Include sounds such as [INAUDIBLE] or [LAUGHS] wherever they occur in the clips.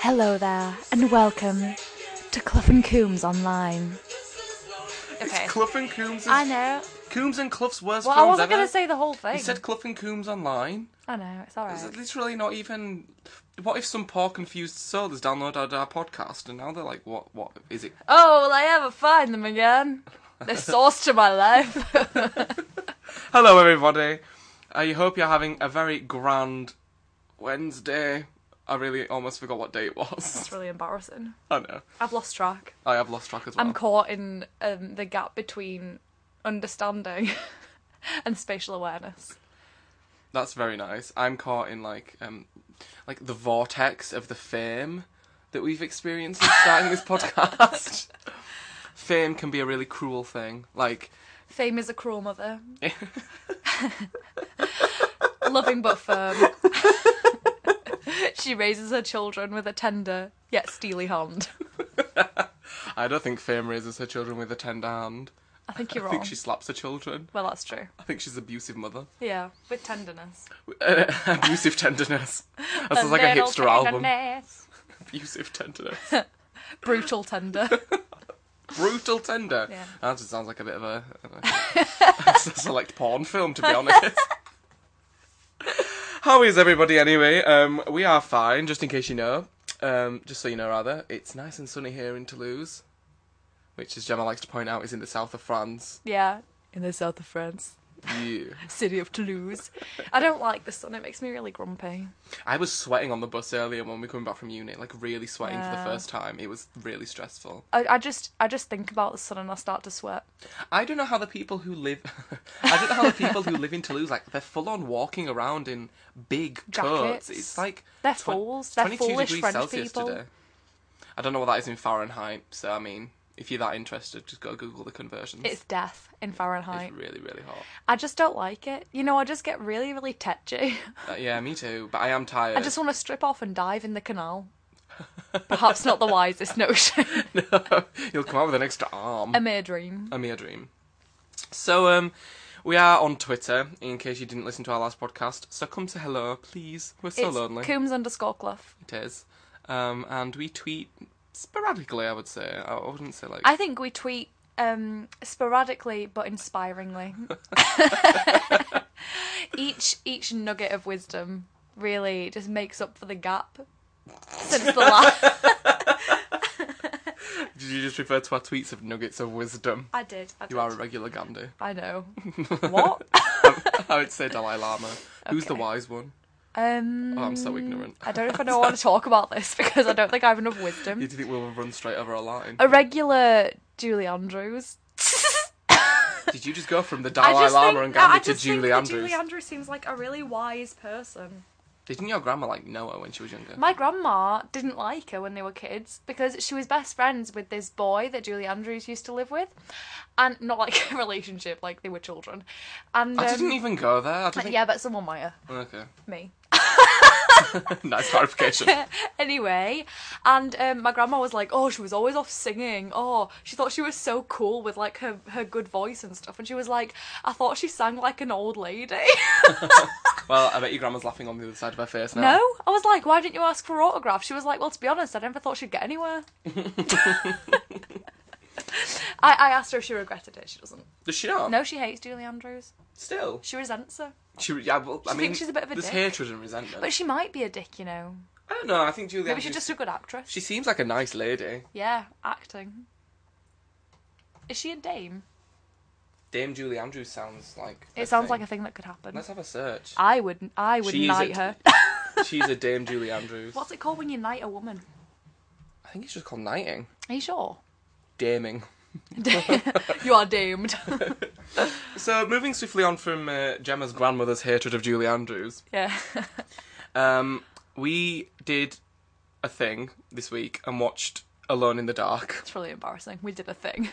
Hello there, and welcome to Clough and Coombs Online. Okay. Clough and Coombs. I Is, know. Coombs and Clough's worst Well, I films wasn't ever. going to say the whole thing. You said Clough and Coombs online. I know, it's alright. Is it literally not even. What if some poor confused soul has downloaded our podcast and now they're like, what? What [LAUGHS] is it? Oh, will I ever find them [LAUGHS] again? They're source to my life. Hello, everybody. I hope you're having a very grand Wednesday. I really almost forgot what day it was. [LAUGHS] [LAUGHS] it's really embarrassing. I know. I've lost track. I have lost track as well. I'm caught in um, the gap between understanding [LAUGHS] and spatial awareness. That's very nice. I'm caught in like, um, like the vortex of the fame that we've experienced since starting this podcast. fame can be a really cruel thing. Like, Fame is a cruel [LAUGHS] mother. [LAUGHS] Loving but firm. she raises her children with a tender yet steely hand. I don't think fame raises her children with a tender hand. I think you're I wrong. think she slaps her children. Well, that's true. I think she's abusive mother. [LAUGHS] Yeah, with tenderness. Uh, abusive tenderness. That sounds like a little hipster album. tenderness. Abusive tenderness. Brutal tender. Brutal tender. Yeah. That just sounds like a bit of a, [LAUGHS] a select porn film, to be honest. How is everybody anyway? Um, we are fine, just in case you know. Um, just so you know, rather, it's nice and sunny here in Toulouse, which, as Gemma likes to point out, is in the south of France. yeah. In the south of France, [LAUGHS] Yeah. city of Toulouse. I don't like the sun, it makes me really grumpy. I was sweating on the bus earlier when we were coming back from uni, like really sweating for Yeah. the first time. It was really stressful. I, I just I just think about the sun and I start to sweat. I don't know how the people who live, [LAUGHS] I don't know how the people who live in Toulouse like they're full on walking around in big Jackets. coats. Oh, It's like They're twen- fools. They're 22 foolish degrees French Celsius people. today. I don't know what that is in Fahrenheit. So I mean, if you're that interested, just go Google the conversions. It's death in Fahrenheit. It's really really hot. I just don't like it. You know, I just get really, really tetchy. [LAUGHS] Uh, yeah, me too. But I am tired. I just want to strip off and dive in the canal. Perhaps not the wisest notion. [LAUGHS] You'll come out with an extra arm. a mere dream. A mere dream. So, um, we are on Twitter, in case you didn't listen to our last podcast. So come to hello, please. We're so it's lonely. Coombs underscore Clough. it is. Um, and we tweet sporadically, I would say. I I wouldn't say like. I think we tweet um, sporadically but inspiringly. [LAUGHS] each each nugget of wisdom really just makes up for the gap since the [LAUGHS] last. Did you just refer to our tweets of nuggets of wisdom? I did. I, did. You are a regular Gandhi. I know. what? [LAUGHS] I would say Dalai Lama. Who's the Okay. wise one? Um, Oh, I'm so ignorant. I don't know if I don't want to talk about this [LAUGHS] because I don't think I have enough wisdom. You think we'll run straight over a line? A regular Julie Andrews. Did you just go from the [LAUGHS] I Dalai just Lama think- Oh, and no, Gandhi I to just think Julie that Andrews? Julie Andrews seems like a really wise person. Didn't your grandma like Noah when she was younger? My grandma didn't like her when they were kids because she was best friends with this boy that Julie Andrews used to live with, and not like [LAUGHS] a relationship, like they were children. And I um, didn't even go there. I don't think... yeah, but someone might have Okay. [LAUGHS] me. nice [LAUGHS] clarification. anyway, and um, my grandma was like, "Oh, she was always off singing. Oh, she thought she was so cool with like her her good voice and stuff." And she was like, "I thought she sang like an old lady." Well, I bet your grandma's laughing on the other side of her face now. no, I was like, "Why didn't you ask for autographs?" She was like, "Well, to be honest, I never thought she'd get anywhere." I, I asked her if she regretted it. She doesn't. Does she not? No, she hates Julie Andrews. Still. She resents her. She, yeah, well, I She mean, thinks she's a bit of a there's dick. hatred and resentment. But she might be a dick, you know. I don't know. I think Julie. Maybe Andrews- she's just a good actress. She seems like a nice lady. Yeah, acting. Is she a dame? Dame Julie Andrews sounds like. It sounds like a thing that could happen. Let's have [LAUGHS] a search. I would I would She is knight a- [LAUGHS] her. She's a Dame Julie Andrews. What's it called when you knight a woman? I think it's just called knighting. Are you sure? Daming. [LAUGHS] you are doomed. So moving swiftly on from uh, Gemma's grandmother's hatred of Julie Andrews, [LAUGHS] yeah. um, we did a thing this week and watched Alone in the Dark. It's really embarrassing. We did a thing.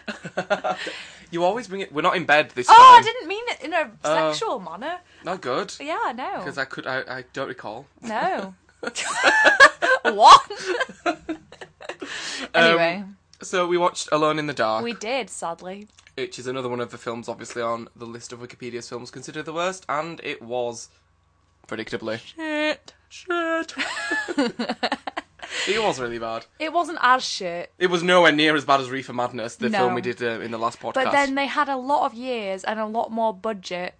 You always bring it. We're not in bed this [LAUGHS] Oh, I time. didn't Oh. mean it in a Oh. sexual manner. Not good. Yeah, I know. Because I could. I, I don't recall. [LAUGHS] No. [LAUGHS] what? anyway, So we watched Alone in the Dark. we did, sadly. which is another one of the films obviously on the list of Wikipedia's films considered the worst, and it was [LAUGHS] predictably. Shit. Shit. It was really bad. It wasn't as shit, It was nowhere near as bad as Reefer Madness, the No. film we did uh, in the last podcast. but then they had a lot of years and a lot more budget.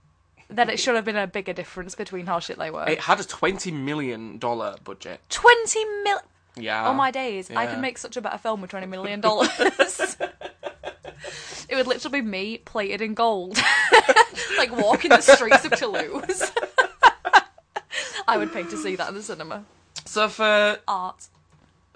That it should have been a bigger difference between how shit they were. it had a twenty million dollar budget. Twenty mil. Yeah. Oh my days! I Ah, Yeah. could make such a better film with twenty million [LAUGHS] dollars. it would literally be me plated in gold, [LAUGHS] like walking the streets of Toulouse. [LAUGHS] I would pay to see that in the cinema. So for Art.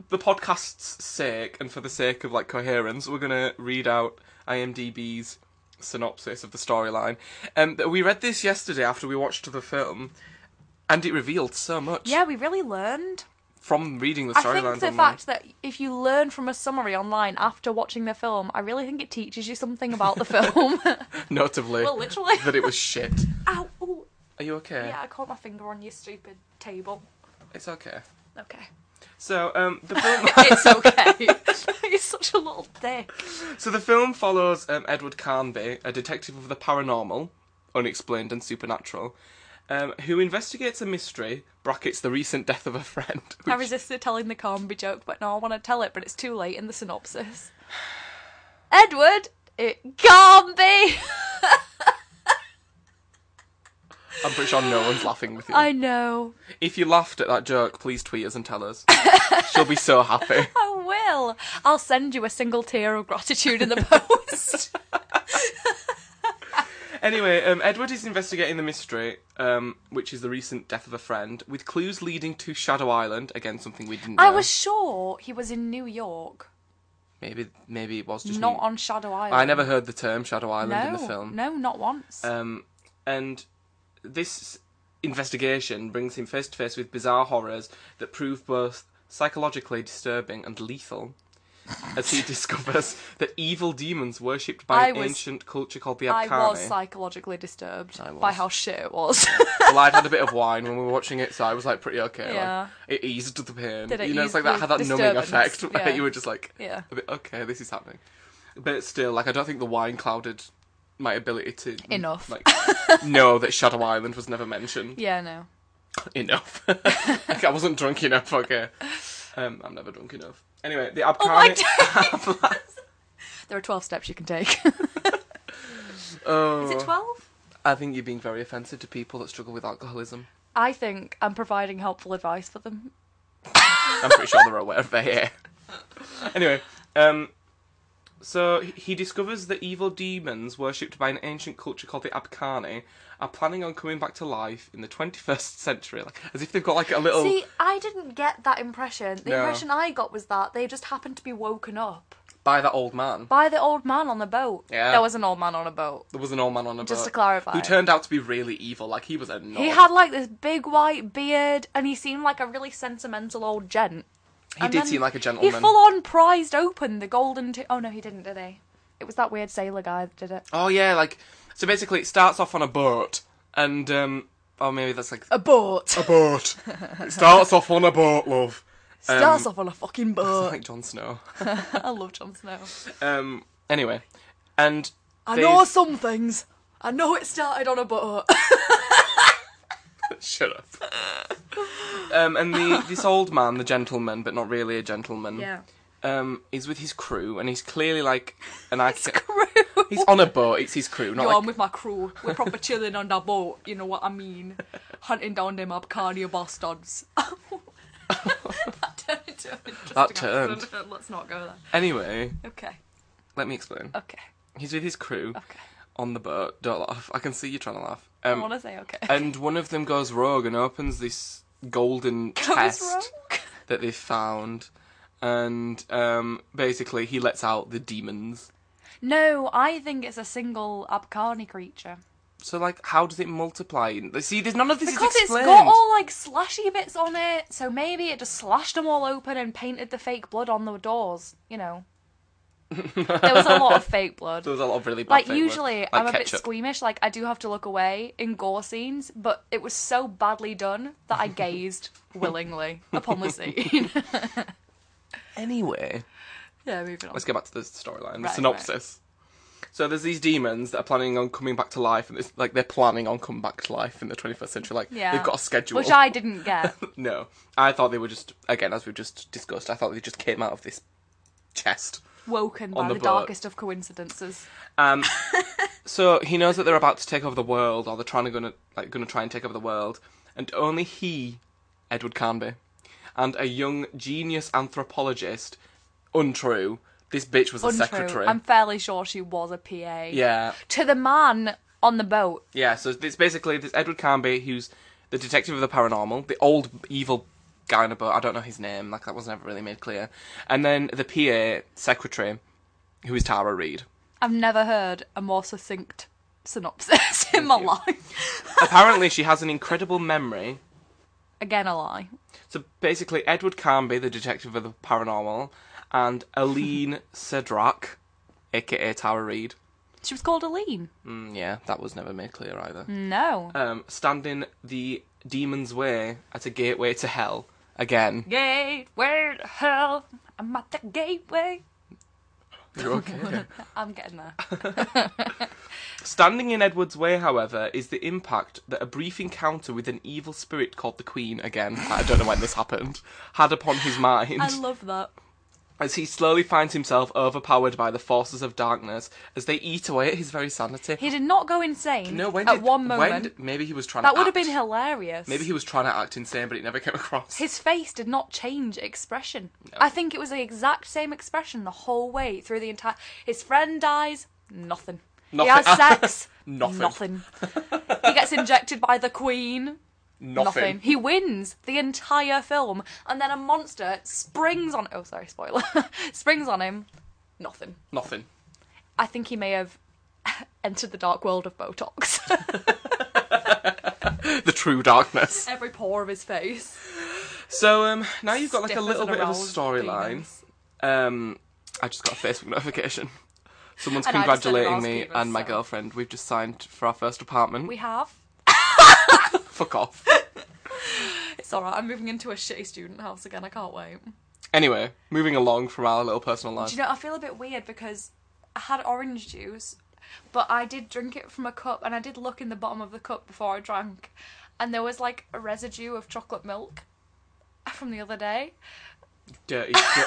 the podcast's sake and for the sake of like coherence, we're gonna read out IMDb's synopsis of the storyline. Um, we read this yesterday after we watched the film, and it revealed so much Yeah, we really learned. from reading the I think storylines. the online. fact that if you learn from a summary online after watching the film, I really think it teaches you something about the [LAUGHS] film. [LAUGHS] [LAUGHS] notably, well, literally. [LAUGHS] that it was shit. Ow! Ooh, Are you okay? yeah, I caught my finger on your stupid table. It's okay. [LAUGHS] Okay. So um, the film. It's okay. [LAUGHS] You're such a little dick. So the film follows um, Edward Carnby, a detective of the paranormal, unexplained and supernatural, um, who investigates a mystery brackets the recent death of a friend. [LAUGHS] I which- resisted telling the Carmby joke, but now I want to tell it, but it's too late in the synopsis. [SIGHS] Edward, it Carmby! [LAUGHS] I'm pretty sure no one's laughing with you. I know. If you laughed at that joke, please tweet us and [LAUGHS] tell us. She'll be so happy. I will. I'll send you a single tear of gratitude [LAUGHS] in the post. Anyway, um, Edward is investigating the mystery, um, which is the recent death of a friend, with clues leading to Shadow Island. Again, something we didn't. I know. was sure he was in New York, maybe maybe it was just not me. on Shadow Island. I never heard the term Shadow Island no, in the film. No, not once. Um, and this investigation brings him face to face with bizarre horrors that prove both psychologically disturbing and lethal. as he discovers that evil demons worshipped I by an was- ancient culture called the I Abkhani. was psychologically disturbed was. by how shit it [LAUGHS] was. well, I'd had a bit of wine when we were watching it, so I was like pretty okay. like, Yeah. it eased the pain. Did it you know, it's ease like that the had that numbing disturbance? effect [LAUGHS] where Yeah. you were just like, Yeah. a bit, okay, this is happening. But still, like, I don't think the wine clouded my ability to Enough. like know that Shadow Island was [LAUGHS] never mentioned. yeah, no. Enough. [LAUGHS] like, I wasn't drunk enough. Okay, um, I'm never drunk enough. Anyway, the Abkhani. Oh my [LAUGHS] days! [LAUGHS] there are 12 steps you can take. Oh, Is it 12? I think you're being very offensive to people that struggle with alcoholism. I think I'm providing helpful advice for them. I'm pretty sure they're aware of that. Yeah. Anyway, um, so he- he discovers that evil demons worshipped by an ancient culture called the Abkhani are planning on coming back to life in the 21st century, like as if they've got like a little. See, I didn't get that impression. The Oh. No. impression I got was that they just happened to be woken up by that old man. by the old man on the boat. Yeah. There was an old man on a boat. There was an old man on a Just boat to clarify. who turned out to be really evil. Like he was a knob. He had like this big white beard and he seemed like a really sentimental old gent. He And did then seem like a He gentleman. full on prized open the golden. T- oh no, he didn't, did he? It was that weird sailor guy that did it. oh yeah, like so. Basically, it starts off on a boat, and um, oh maybe that's like [LAUGHS] A boat. a [LAUGHS] boat. it starts off on a boat, love. Starts off on a [LAUGHS] fucking boat. [LAUGHS] Like Jon Snow. I love Jon Snow. Um. Anyway, and I they- know some things. I know it started on a boat. [LAUGHS] Shut up. Um, and the this old man, the gentleman, but not really a gentleman, um, is with his crew, and he's clearly like an icon. Crew. He's on a boat. It's his crew, not Yo, I'm like, with my crew. We're proper chilling on that boat. You know what I mean? Hunting down them Abkhania bastards. [LAUGHS] that turned into an interesting That turned. accident. Let's not go there. anyway. Okay. Let me explain. Okay. He's with his crew Okay. on the boat. Don't laugh. I can see you trying to laugh. I Um, want to say okay. [LAUGHS] and one of them goes rogue and opens this [LAUGHS] golden Goes chest rogue. that they found, and um, basically he lets out the demons. No, I think it's a single Abkhani creature. So like, how does it multiply? See, there's none of this Because is it's explained. got all like slashy bits on it, so maybe it just slashed them all open and painted the fake blood on the doors, you [LAUGHS] know. there was a lot of fake blood. There was a lot of really bad like fake words, usually like i'm a bit ketchup. squeamish like i do have to look away in gore scenes but it was so badly done that [LAUGHS] i gazed willingly upon the scene [LAUGHS] Anyway, yeah moving on let's get back to the storyline, the Right, synopsis. So there's these demons that are planning on coming back to life, and it's like they're planning on coming back to life in the 21st century. Like Yeah. they've got a schedule. Which I didn't [LAUGHS] get. no, I thought they were just again, as we've just discussed. I thought they just came out of this chest. Woken by On the, the boat. darkest of coincidences. Um, so he knows that they're about to take over the world, or they're trying to gonna like gonna try and take over the world, and only he, Edward Carnby, and a young genius anthropologist, untrue. This bitch was a Untrue. secretary. I'm fairly sure she was a PA. Yeah, To the man on the boat. yeah. So it's basically this Edward Carnby, who's the detective of the paranormal, the old evil guy in a boat. I don't know his name. Like that was never really made clear. And then the PA secretary, who is Tara Reid. I've never heard a more succinct synopsis [LAUGHS] in my you. life. Apparently, she has an incredible memory Again, a lie. So basically, Edward Carnby, the detective of the paranormal, and Aline Sedrak, aka Tara Reid. She was called Aline. Mm, yeah, that was never made clear either. Mm. No. Um, standing the demon's way at a gateway to hell [LAUGHS] again. Gateway to hell. I'm at the gateway. You're okay. I'm getting there. standing in Edward's way, however, is the impact that a brief encounter with an evil spirit called the Queen again. I don't know when this happened. Had upon his mind. I love that. as he slowly finds himself overpowered by the forces of darkness as they eat away at his very sanity. He did not go insane No, when at did, one when moment. did- maybe he was trying. that to would have been act- hilarious. Maybe he was trying to act insane, but it never came across. His face did not change expression. I think it was the exact same expression the whole way through the entire. His friend dies, nothing. He Nothing. has sex, [LAUGHS] Nothing. Nothing. he gets injected by the queen, nothing. He wins the entire film, and then a monster springs on. Oh, sorry, spoiler. [LAUGHS] springs on him, nothing. Nothing. I think he may have [LAUGHS] entered the dark world of Botox. [LAUGHS] The true darkness. Every pore of his face. So um, now you've got like a Stiff as little an bit of a aroused storyline. penis. Um, I just got a Facebook [LAUGHS] notification. Someone's And I just said congratulating aroused me penis, and my so- girlfriend. We've just signed for our first apartment. We have. Fuck off. It's alright, I'm moving into a shitty student house again, I can't wait. anyway, moving along from our little personal Do [LAUGHS] life. you know, I feel a bit weird because I had orange juice, but I did drink it from a cup and I did look in the bottom of the cup before I drank, and there was like a residue of chocolate milk from the other day. dirty, dir-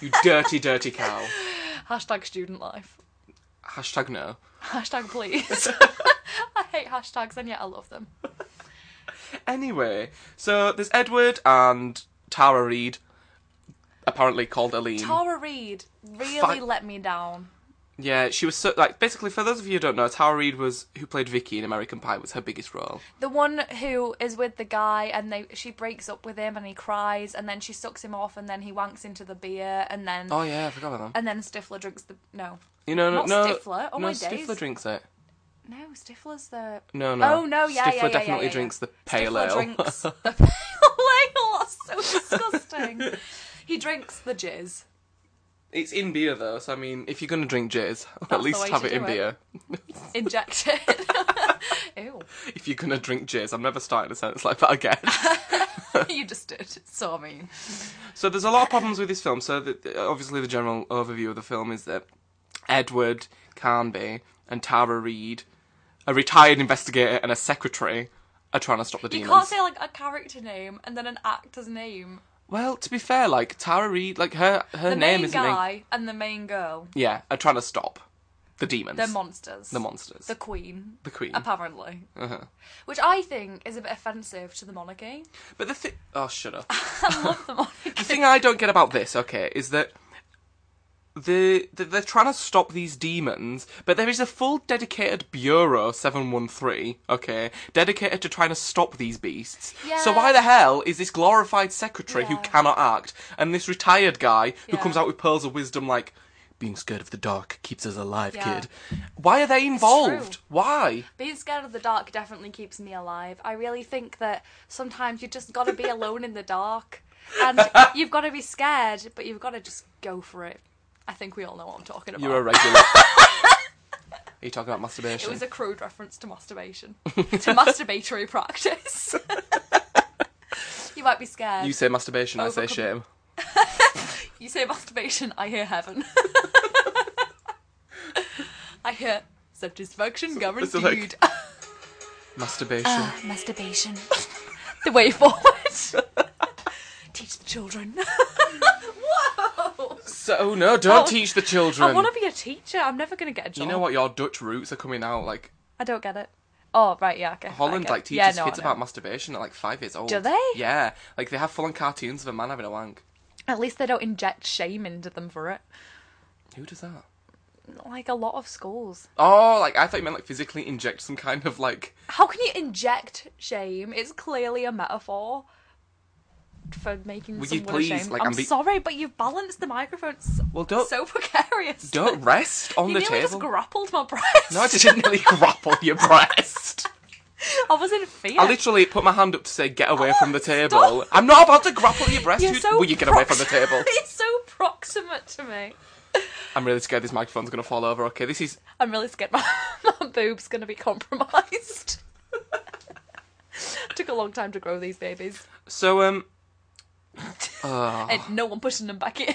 you dirty, dirty cow. Hashtag student life. Hashtag no. Hashtag [LAUGHS] please. [LAUGHS] I hate hashtags and yet I love them. Anyway, so there's Edward and Tara Reid, apparently called Aline. Tara Reid really Fi- let me down. yeah, she was so like basically for those of you who don't know, Tara Reid was who played Vicky in American Pie was her biggest role. The one who is with the guy and they she breaks up with him and he cries and then she sucks him off and then he wanks into the beer and then Oh yeah, I forgot about that. and then Stifler drinks the no. You know, no, Uh, not no, Stifler. Oh, no, my Stifler days. drinks it. No, Stifler's the No, no. Oh no, yeah, yeah, Stifler yeah, yeah, definitely yeah, yeah. drinks the pale Stifler ale. drinks the pale ale. [LAUGHS] That's so disgusting. he drinks the jizz. [LAUGHS] It's in beer though, so I mean, if you're gonna drink jizz, [LAUGHS] the at least way have to it in do it. beer. Inject it. [LAUGHS] Ew. [LAUGHS] If you're gonna drink jizz, I'm never starting a sentence like that again. You just did. So I mean. So there's a lot of problems with this film. So the, obviously the general overview of the film is that Edward Carnby and Tara Reid, a retired investigator and a secretary, are trying to stop the You demons. can't say like a character name and then an actor's name. well, to be fair, like Tara Reid, like her her The name main is named- guy and the main girl. yeah, are trying to stop the demons, They're monsters. the monsters, The the, queen. queen. [LAUGHS] Apparently. Uh-huh. Which I think is a bit offensive to the monarchy. But the thing, oh, shut up. [LAUGHS] I [LAUGHS] love the monarchy. the thing I don't get about this, okay, is that the, the they're trying to stop these demons, but there is a full dedicated bureau seven one three, okay, dedicated to trying to stop these beasts. So Yeah. why the hell is this glorified secretary who Yeah. cannot act and this retired guy who Yeah. comes out with pearls of wisdom like? Being scared of the dark keeps us alive, Yeah. kid. Why are they involved? true. Why? Being scared of the dark definitely keeps me alive. I really think that sometimes you just gotta be alone in the dark. [LAUGHS] And you've gotta be scared, but you've gotta just go for it. I think we all know what I'm talking about. [LAUGHS] You're a regular. are you talking about masturbation? It was a crude reference to masturbation, to [LAUGHS] masturbatory practice. you might be scared. you You, say masturbation, I say Overcome- shame. [LAUGHS] say masturbation, I hear heaven. I hear satisfaction guaranteed. so, like- Masturbation. Ah, masturbation. [LAUGHS] the way forward. [LAUGHS] Teach the children. [LAUGHS] Whoa! so oh, no, don't Oh, teach the children. I want to be a teacher. I'm never going to get a job. you know what? Your Dutch roots are coming out. Like I don't get it. Oh, right, yeah, okay. Holland, okay. like teaches Yeah, no, kids I know. about masturbation at like five years old. Do they? Yeah, like they have full-on cartoons of a man having a wank. At least they don't inject shame into them for it. Who does that? Like a lot of schools. Oh, like I thought you meant like physically inject some kind of like How can you inject shame? It's clearly a metaphor for making Would you someone please, ashamed. like, I'm and be- sorry, but you've balanced the microphone so, Well, don't- so precarious. [LAUGHS] don't rest on you the nearly table. just grappled my breast. no, I didn't [LAUGHS] really grapple your breast. [LAUGHS] I was in fear. I literally put my hand up to say, "Get away from [LAUGHS] the stop. table." I'm not about to grapple your breast. You're you- so Will you get away from [LAUGHS] the proxi- table? it's so proximate to me. I'm really scared this microphone's gonna fall over. Okay, this is I'm really scared [LAUGHS] my, my boob's going to be compromised. [LAUGHS] Took a long time to grow these babies. so. Um, oh, And no one pushing them back in.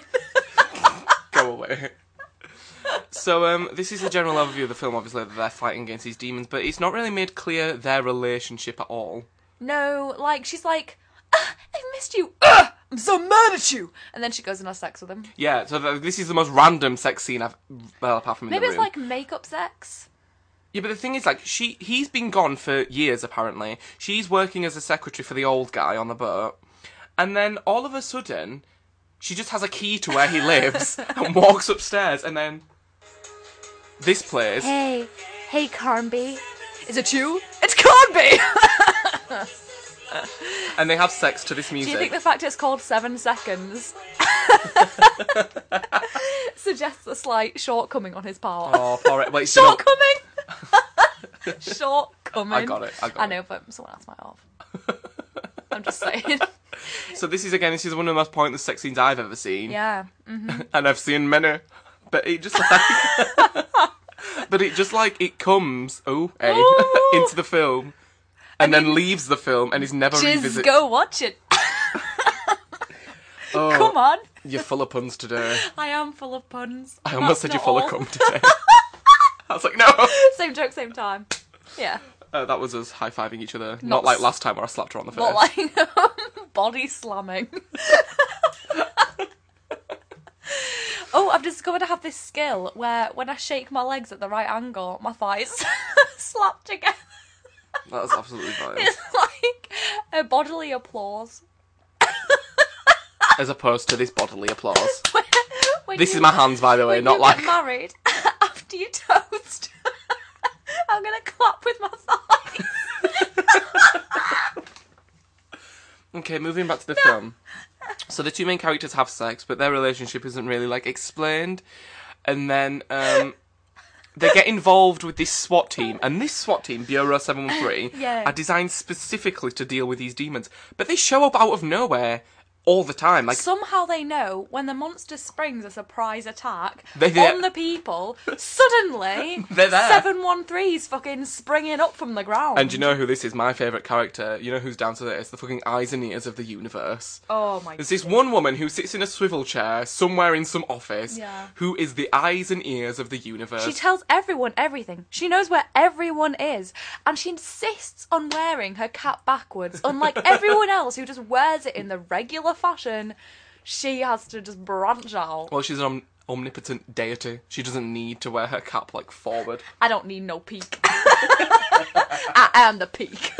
[LAUGHS] go away. So um, this is a general overview of the film. Obviously, that they're fighting against these demons, but it's not really made clear their relationship at all. no, like, she's like, ah, I missed you. Ah, I'm so mad at you. And then she goes and has sex with him. Yeah, so th- this is the most random sex scene I've well apart from in Maybe the it's room. like makeup sex. Yeah, but the thing is, like, she he's been gone for years apparently. She's working as a secretary for the old guy on the boat, and then all of a sudden, she just has a key to where [LAUGHS] he lives and walks upstairs, and then this plays. Hey, hey, Carnby. Is it you? It's Carnby! [LAUGHS] and they have sex to this Do music. you think the fact it's called Seven [LAUGHS] Seconds suggests a slight shortcoming on his part? oh, poor it. Wait, you know- [LAUGHS] Shortcoming! [LAUGHS] shortcoming. I got it, I got know, it. but someone else might have. I'm just [LAUGHS] saying. so this is again, this is one of the most pointless sex scenes I've ever seen, Yeah. Mm. and I've seen many, but it just like, [LAUGHS] but it just like it comes oh eh, Ooh. [LAUGHS] into the film, and then leaves the film and is never Just revisited. go watch it. Oh. Come on. You're full of [LAUGHS] puns today. I am full of puns. I That's almost said you're not full [LAUGHS] of all. cum today. I was like, no. [LAUGHS] Same joke, same time. Yeah. Uh, that was us high fiving each other. Not, Not like s- last time where I slapped her on the face. Not like [LAUGHS] body slamming. oh, I've discovered I have this skill where when I shake my legs at the right angle, my thighs [LAUGHS] slap together. [LAUGHS] That was absolutely fine. It's like a bodily applause. [LAUGHS] As opposed to this bodily applause. When This you- is my hands, by the way, when not you like. get married [LAUGHS] after you toast. [LAUGHS] I'm gonna clap with my [LAUGHS] thighs. Okay, moving back to the film. So the two main characters have sex, but their relationship isn't really like explained. And then [LAUGHS] um, they get involved with this SWAT team, and this SWAT team, Bureau Seven One Three, [LAUGHS] Yeah. are designed specifically to deal with these demons. But they show up out of nowhere all the time. Like Somehow they know when the monster springs a surprise attack They- they- on the people. Suddenly, [LAUGHS] They're there. Seven one three's fucking springing up from the ground. And you know who this is? My favourite character. You know who's down to this? The fucking eyes and ears of the universe. oh my. There's this one woman who sits in a swivel chair somewhere in some office Yeah. who is the eyes and ears of the universe. She tells everyone everything. She knows where everyone is, and she insists on wearing her cap backwards. Unlike [LAUGHS] everyone else who just wears it in the regular fashion, she has to just branch out. well, she's an om- omnipotent deity. She doesn't need to wear her cap like forward. I don't need no peak. [LAUGHS] I am the peak.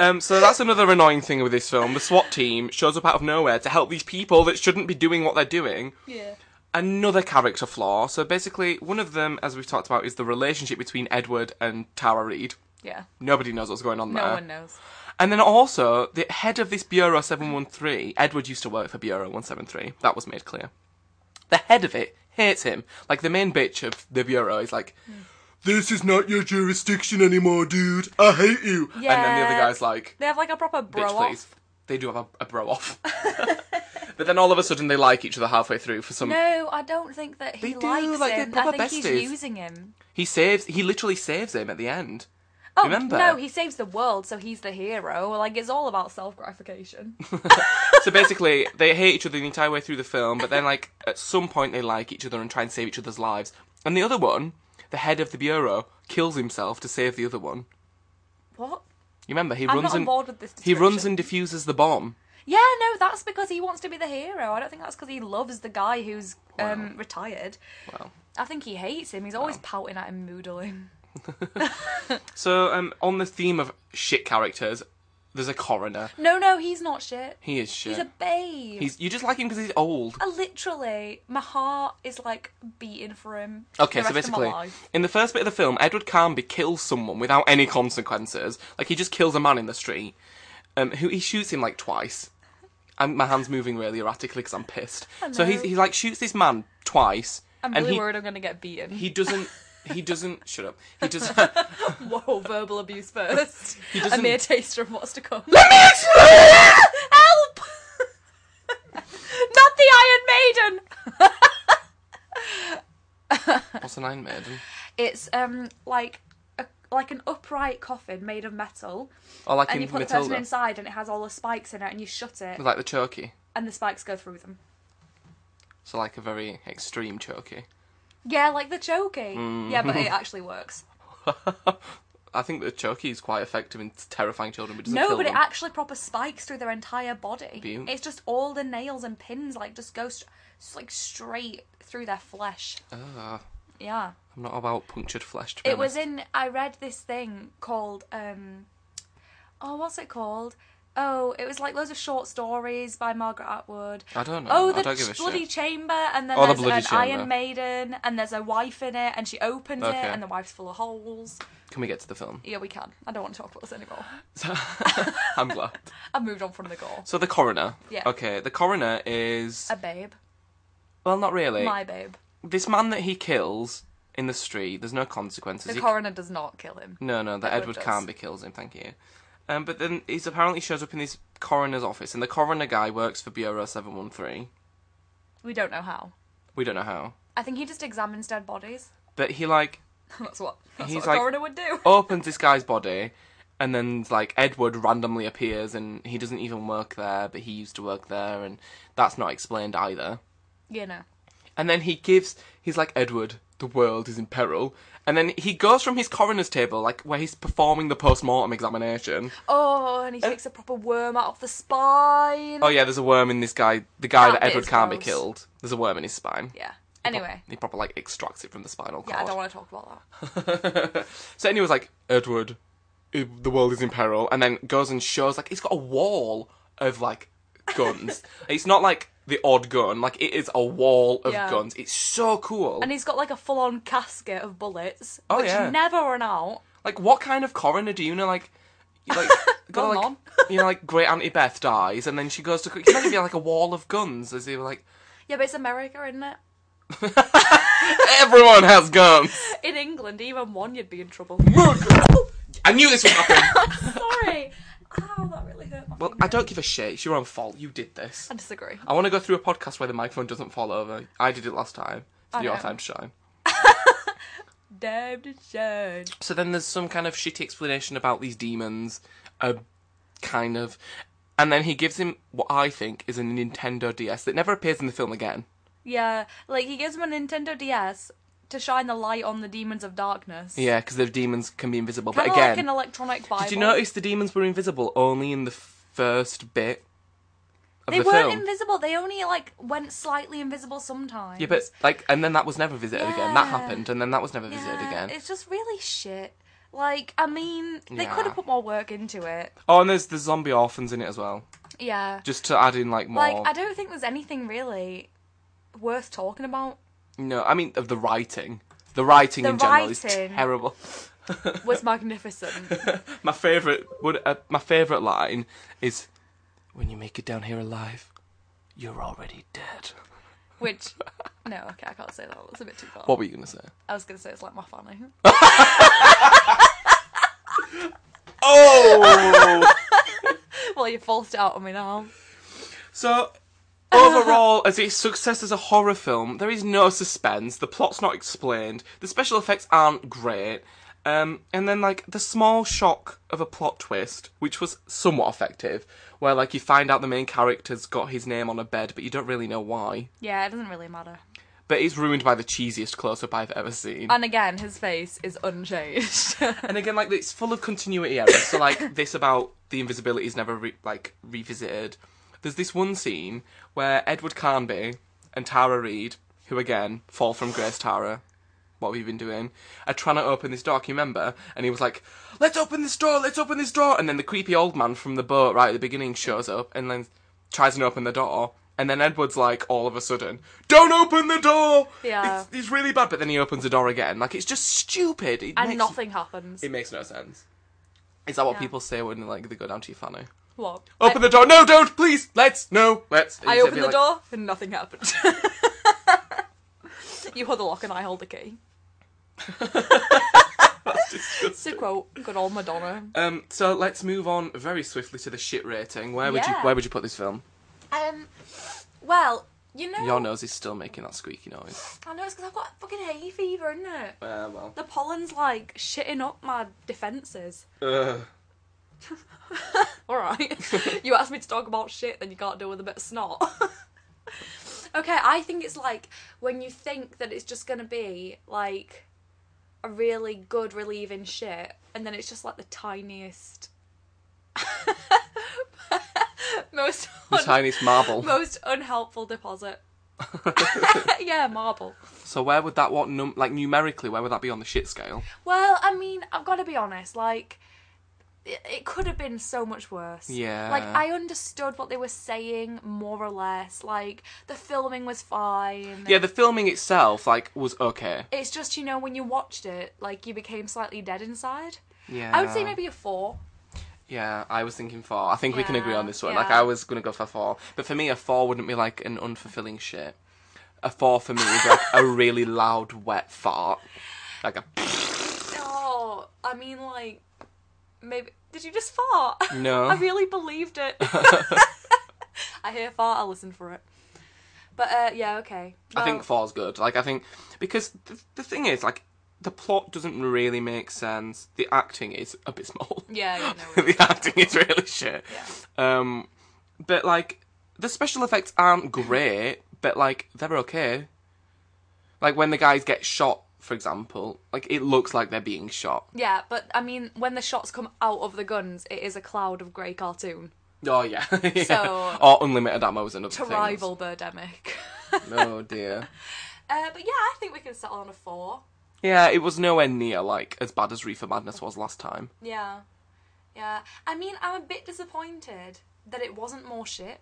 Um, so that's another annoying thing with this film. The SWAT team shows up out of nowhere to help these people that shouldn't be doing what they're doing. Yeah. Another character flaw. So basically, one of them, as we've talked about, is the relationship between Edward and Tara Reid. Yeah. Nobody knows what's going on No there. one knows. And then also, the head of this Bureau 713, Edward used to work for Bureau 173. That was made clear. The head of it hates him. Like, the main bitch of the Bureau is like, Hmm. This is not your jurisdiction anymore, dude. I hate you. And then the other Yeah. guy's like, They have like a proper Bitch, bro please. They do have a, a bro off. [LAUGHS] but then all of a sudden, they like each other halfway through for some. No, I don't think that he They do, likes like, they're him. I proper think besties. he's using him. He saves, he literally saves him at the end. Oh Remember? no, he saves the world, so he's the hero. Like it's all about self gratification. [LAUGHS] so basically, they hate each other the entire way through the film, but then, like, at some point, they like each other and try and save each other's lives. And the other one, the head of the bureau kills himself to save the other one. What? You remember he I'm runs not on and board with this. he runs description. and defuses the bomb. Yeah, no, that's because he wants to be the hero. I don't think that's because he loves the guy who's um, retired. Wow. I think he hates him. He's always pouting at him, moodling. So um, on the theme of shit characters, there's a coroner. No, no, he's not shit. He is shit. He's a babe. He's- you just like him because he's old. I literally, my heart is like beating for him. Okay, the so rest of my basically, life. in the first bit of the film, Edward Carnby kills someone without any consequences. Like he just kills a man in the street. Um, who he shoots him like twice. I'm, my hand's moving really erratically because I'm pissed. So he know. he like shoots this man twice, I'm and really he worried I'm gonna get beaten. he doesn't he doesn't [LAUGHS] shut up. He doesn't. [LAUGHS] Let Whoa, verbal abuse first. [LAUGHS] A doesn't- mere taster of what's to come. me explain. [LAUGHS] Help! [LAUGHS] Not the Iron Maiden. What's an Iron Maiden? It's um like a, like an upright coffin made of metal, Or Oh, like and you in put the person Matilda, inside, and it has all the spikes in it, and you shut it, like the turkey. and the spikes go through them. So like a very extreme turkey. Yeah, like the choking. Mm. Yeah, but [LAUGHS] it actually works. I think the turkey is quite effective in terrifying children, but doesn't No, kill but it them. actually proper spikes through their entire body. Beau. It's just all the nails and pins like just go st- just, like straight through their flesh. Ah, Yeah. I'm not about punctured flesh. To be It was honest. in. I read this thing called. um Oh, what's it called? Oh, it was like loads of short stories by Margaret Atwood. I don't know. Oh, I the don't give a bloody shit. chamber, and then Oh, the there's bloody an chamber. Iron Maiden, and there's a wife in it, and she opens it, Okay. and the wife's full of holes. Can we get to the film? Yeah, we can. I don't want to talk about this anymore. I'm [LAUGHS] glad. I've moved on from the goal. So the coroner. Yeah. Okay, the coroner is A babe, well, not really. my babe. This man that he kills in the street. There's no consequences. The He- coroner does not kill him. no, no. That Edward Edward does. Carnby kills him. Thank you. Um, but then he's apparently shows up in this coroner's office, and the coroner guy works for Bureau Seven One Three. We don't know how. We don't know how, I think he just examines dead bodies. [LAUGHS] but he like That's what. That's what He's a like- Oh. coroner would do. opens this guy's body and then like Edward randomly appears and he doesn't even work there but he used to work there and that's not explained either. You know. And then he gives he's like Edward the world is in peril and then he goes from his coroner's table like where he's performing the post-mortem examination. Oh, and he takes a proper worm out of the spine. Oh yeah, there's a worm in this guy, the guy That that, bit Edward is can't be gross. killed. There's a worm in his spine. Yeah. Anyway. He probably like extracts it from the spinal cord. Yeah, I don't want to talk about that. So anyway, it's like Edward, i- the world is in peril, and then goes and shows like it's got a wall of like [LAUGHS] guns. it's not like the odd gun, like it is a wall of Yeah. guns. It's so cool. And he's got like a full on casket of bullets, Oh, which yeah. never run out. like what kind of coroner do you know? Like, you [LAUGHS] like Well, got like Mom. you know like Great Auntie Beth dies, and then she goes to you know it'd be like a wall of guns as they [LAUGHS] were like Yeah, but it's America, isn't it? everyone has guns. In England, even one, you'd be in [LAUGHS] trouble. Murder. I knew this would happen. Sorry. Ow, that really hurt my well, I don't give a shit. It's your own fault. You did this. I disagree. I want to go through a podcast where the microphone doesn't fall over. I did it last time. It's I your know. time to shine. Damn shame. So then there's some kind of shitty explanation about these demons, a kind of, and then he gives him what I think is a Nintendo DS that never appears in the film again. Yeah, like he gives him a Nintendo DS to shine the light on the demons of darkness. Yeah, because the demons can be invisible. Kind but of again, like an electronic Bible. did you notice the demons were invisible only in the first bit of They the weren't film? invisible. They only like went slightly invisible sometimes. yeah, but like, and then that was never visited again. That Yeah. happened, and then that was never visited Yeah, again. It's just really shit. Like, I mean, they Yeah. could have put more work into it. Oh, and there's the zombie orphans in it as well, Yeah. just to add in like more. Like, I don't think there's anything really worth talking about. No, I mean of the writing. The writing The in general is writing. terrible. [LAUGHS] Was magnificent. my favorite would uh, my favorite line is when you make it down here alive, you're already dead. Which, no, okay, I can't say that. That's a bit too far. What were you gonna say? I was gonna say it's like my fanny. [LAUGHS] Oh. [LAUGHS] well, you forced it out on me now. so overall, as a success as a horror film, there is no suspense. The plot's not explained. The special effects aren't great. Um, and then like the small shock of a plot twist, which was somewhat effective, where like you find out the main character's got his name on a bed, but you don't really know why. Yeah, it doesn't really matter. but it's ruined by the cheesiest close up I've ever seen. And again, his face is unchanged. [LAUGHS] And again, like it's full of continuity errors. So like this about the invisibility is never re- like revisited. There's this one scene where Edward Carnby and Tara Reid, who again fall from grace, Tara. What have you been doing? Are trying to open this door. Can you remember? And he was like, "Let's open this door. Let's open this door." And then the creepy old man from the boat right at the beginning shows up and then tries and open the door. And then Edward's like, all of a sudden, "Don't open the door." Yeah. It's, it's really bad. But then he opens the door again. Like it's just stupid. It and makes- nothing happens. it makes no sense. Is that what Yeah. people say when like they go down to your fanny? What? Open I, the door! No, don't! Please! Let's! No! Let's! I It'd opened be the like- door and nothing happened. [LAUGHS] you hold the lock and I hold the key. To quote good old Madonna. Um, so let's move on very swiftly to the shit rating. Where would Yeah. you Where would you put this film? Um, well, you know, Your nose is still making that squeaky noise. I know it's because I've got fucking hay fever, isn't it? Uh, well. The pollen's like shitting up my defences. Ugh. Alright. [LAUGHS] you asked me to talk about shit, then you can't deal with a bit of snot. [LAUGHS] okay, I think it's like when you think that it's just gonna be like a really good, relieving shit, and then it's just like the tiniest. [LAUGHS] most the un- tiniest [LAUGHS] marble. most unhelpful deposit. [LAUGHS] yeah, marble. So where would that what num like numerically? Where would that be on the shit scale? Well, I mean, I've got to be honest. Like, it, it could have been so much worse. Yeah. Like, I understood what they were saying more or less. Like, the filming was fine. Yeah, the filming itself like was okay. It's just you know when you watched it, like you became slightly dead inside. Yeah. I would say maybe a four. Yeah, I was thinking four. I think we can agree Yeah, on this one. Like, yeah. I was gonna go for four, but for me, a four wouldn't be like an unfulfilling shit. A four for me would be like a really loud, wet fart. Like a [LAUGHS] Oh, I mean, like maybe did you just fart? No. [LAUGHS] I really believed [LAUGHS] it. [LAUGHS] I hear fart. I listen for it. But uh, yeah, okay. I Well, think four's good. Like, I think because the, the thing is, like, the plot doesn't really make sense. The acting is abysmal. Yeah, [LAUGHS] you know it. the acting is really shit. Um, but like the special effects aren't great, but like they're okay. Like when the guys get shot, for example, like it looks like they're being shot. Yeah, but I mean, when the shots come out of the guns, it is a cloud of grey cartoon Oh yeah. [LAUGHS] Yeah. So- or unlimited ammo is another to thing. rival Birdemic. [LAUGHS] Oh dear. Uh, but yeah, I think we can settle on a four. Yeah, it was nowhere near like as bad as Reefer Madness was last time. Yeah, yeah. I mean, I'm a bit disappointed that it wasn't more shit.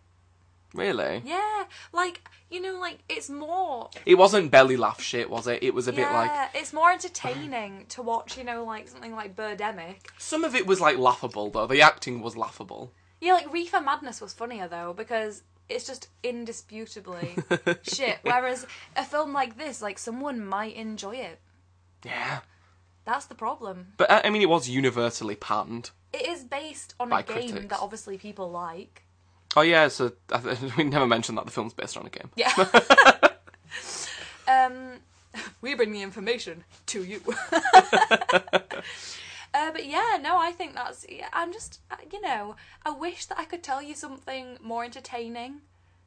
Really. Yeah, like you know, like it's more. It wasn't belly laugh shit, was it? It was a bit like yeah, it's more entertaining to watch. You know, like something like Birdemic. some of it was like laughable though. The acting was laughable. Yeah, like Reefer Madness was funnier though because it's just [LAUGHS] indisputably shit. Whereas a film like this, like someone might enjoy it. Yeah. That's the problem. But uh, I I mean, it was universally panned. It is based on By a game critics. that obviously people like. Oh yeah, so I th- [LAUGHS] we never mentioned that the film's based on a game. Yeah. [LAUGHS] um, [LAUGHS] we bring the information to you. [LAUGHS] uh, but yeah, no, I think that's. yeah, I'm just, uh, you know, I wish that I could tell you something more entertaining,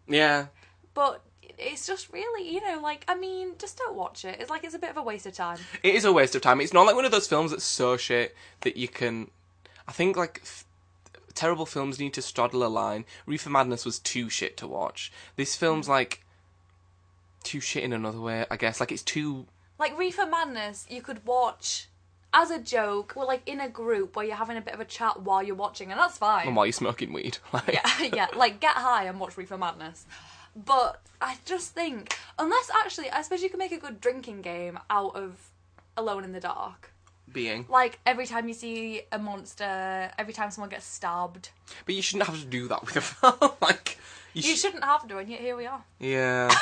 Yeah, but it's just really, you know, like I mean, just don't watch it. It's like it's a bit of a waste of time. it is a waste of time. It's not like one of those films that's so shit that you can. I think like f- terrible films need to straddle a line. Reefer Madness was too shit to watch. This film's like too shit in another way, I guess. Like it's too. Like Reefer Madness, you could watch as a joke, or like in a group where you're having a bit of a chat while you're watching, and that's fine. And while you're smoking weed, [LAUGHS] like [LAUGHS] yeah, like get high and watch Reefer Madness. But I just think, unless actually, I suppose you can make a good drinking game out of Alone in the Dark. being. Like every time you see a monster, every time someone gets stabbed, But you shouldn't have to do that with a [LAUGHS] film. like you, you sh- shouldn't have to, and yet here we are. Yeah. [LAUGHS]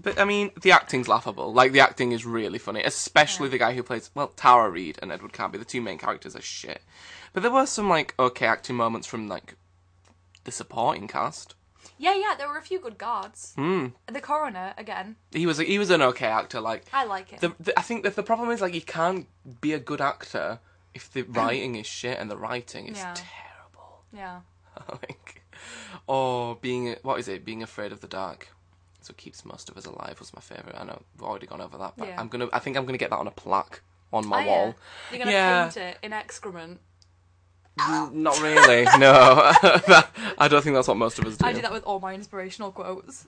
but I mean, the acting's laughable. Like the acting is really funny, especially the guy who plays well Tara Reid and Edward Carby. The two main characters are shit. But there were some like okay acting moments from like the supporting cast. Yeah, yeah, there were a few good guards. Hmm. Mm. The coroner again, He was he was an okay actor. Like I like it. the, the, I think that the problem is like you can't be a good actor if the writing is shit and the writing is Yeah. terrible. yeah, [LAUGHS] like, or being what is it? Being afraid of the dark. So keeps most of us alive was my favourite. I know we've already gone over that, but Yeah. I'm gonna. I think I'm gonna get that on a plaque on Oh, my yeah. wall. You're gonna Yeah. paint it in excrement. N- Mm, Not really. [LAUGHS] no, I don't think that's what most of us do. I do that with all my inspirational quotes.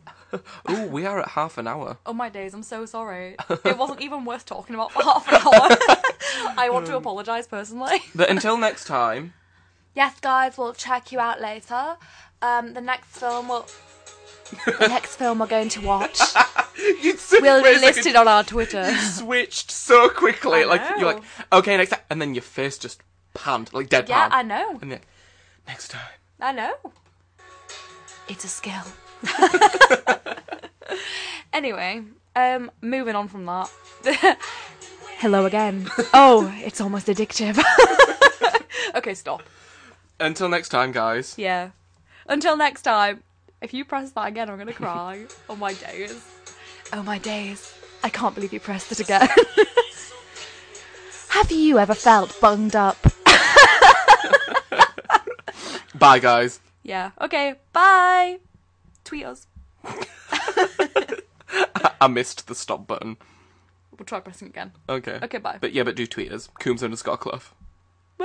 Ooh, we are at half an hour. Oh my days, I'm so sorry. It wasn't even worth talking about for half an hour. [LAUGHS] I Mm. want to apologise personally. But until [LAUGHS] next time, Yes, guys, we'll check you out later. Um, the next film will The next film we're going to watch you so will be [LAUGHS] wait a second, listed on our Twitter. switched so I quickly. like you're know. like, okay, next time, and then your face just panned like deadpan. yeah, I know. And then next time. I know. It's a Skill. [LAUGHS] Anyway, um, moving on from that. [LAUGHS] Hello [LAUGHS] again. Oh, it's almost addictive. [LAUGHS] okay, stop. Until next time, guys. Yeah. Until next time. If you press that again, I'm gonna cry. [LAUGHS] oh my days. Oh my days. I can't believe you pressed it [LAUGHS] again. Have you ever felt bunged up? Bye, guys. Yeah. Okay. Bye. Tweet us. I missed the stop button. We'll try pressing again. Okay. Okay, bye. But yeah, but do tweet us. Coombs underscore Clough.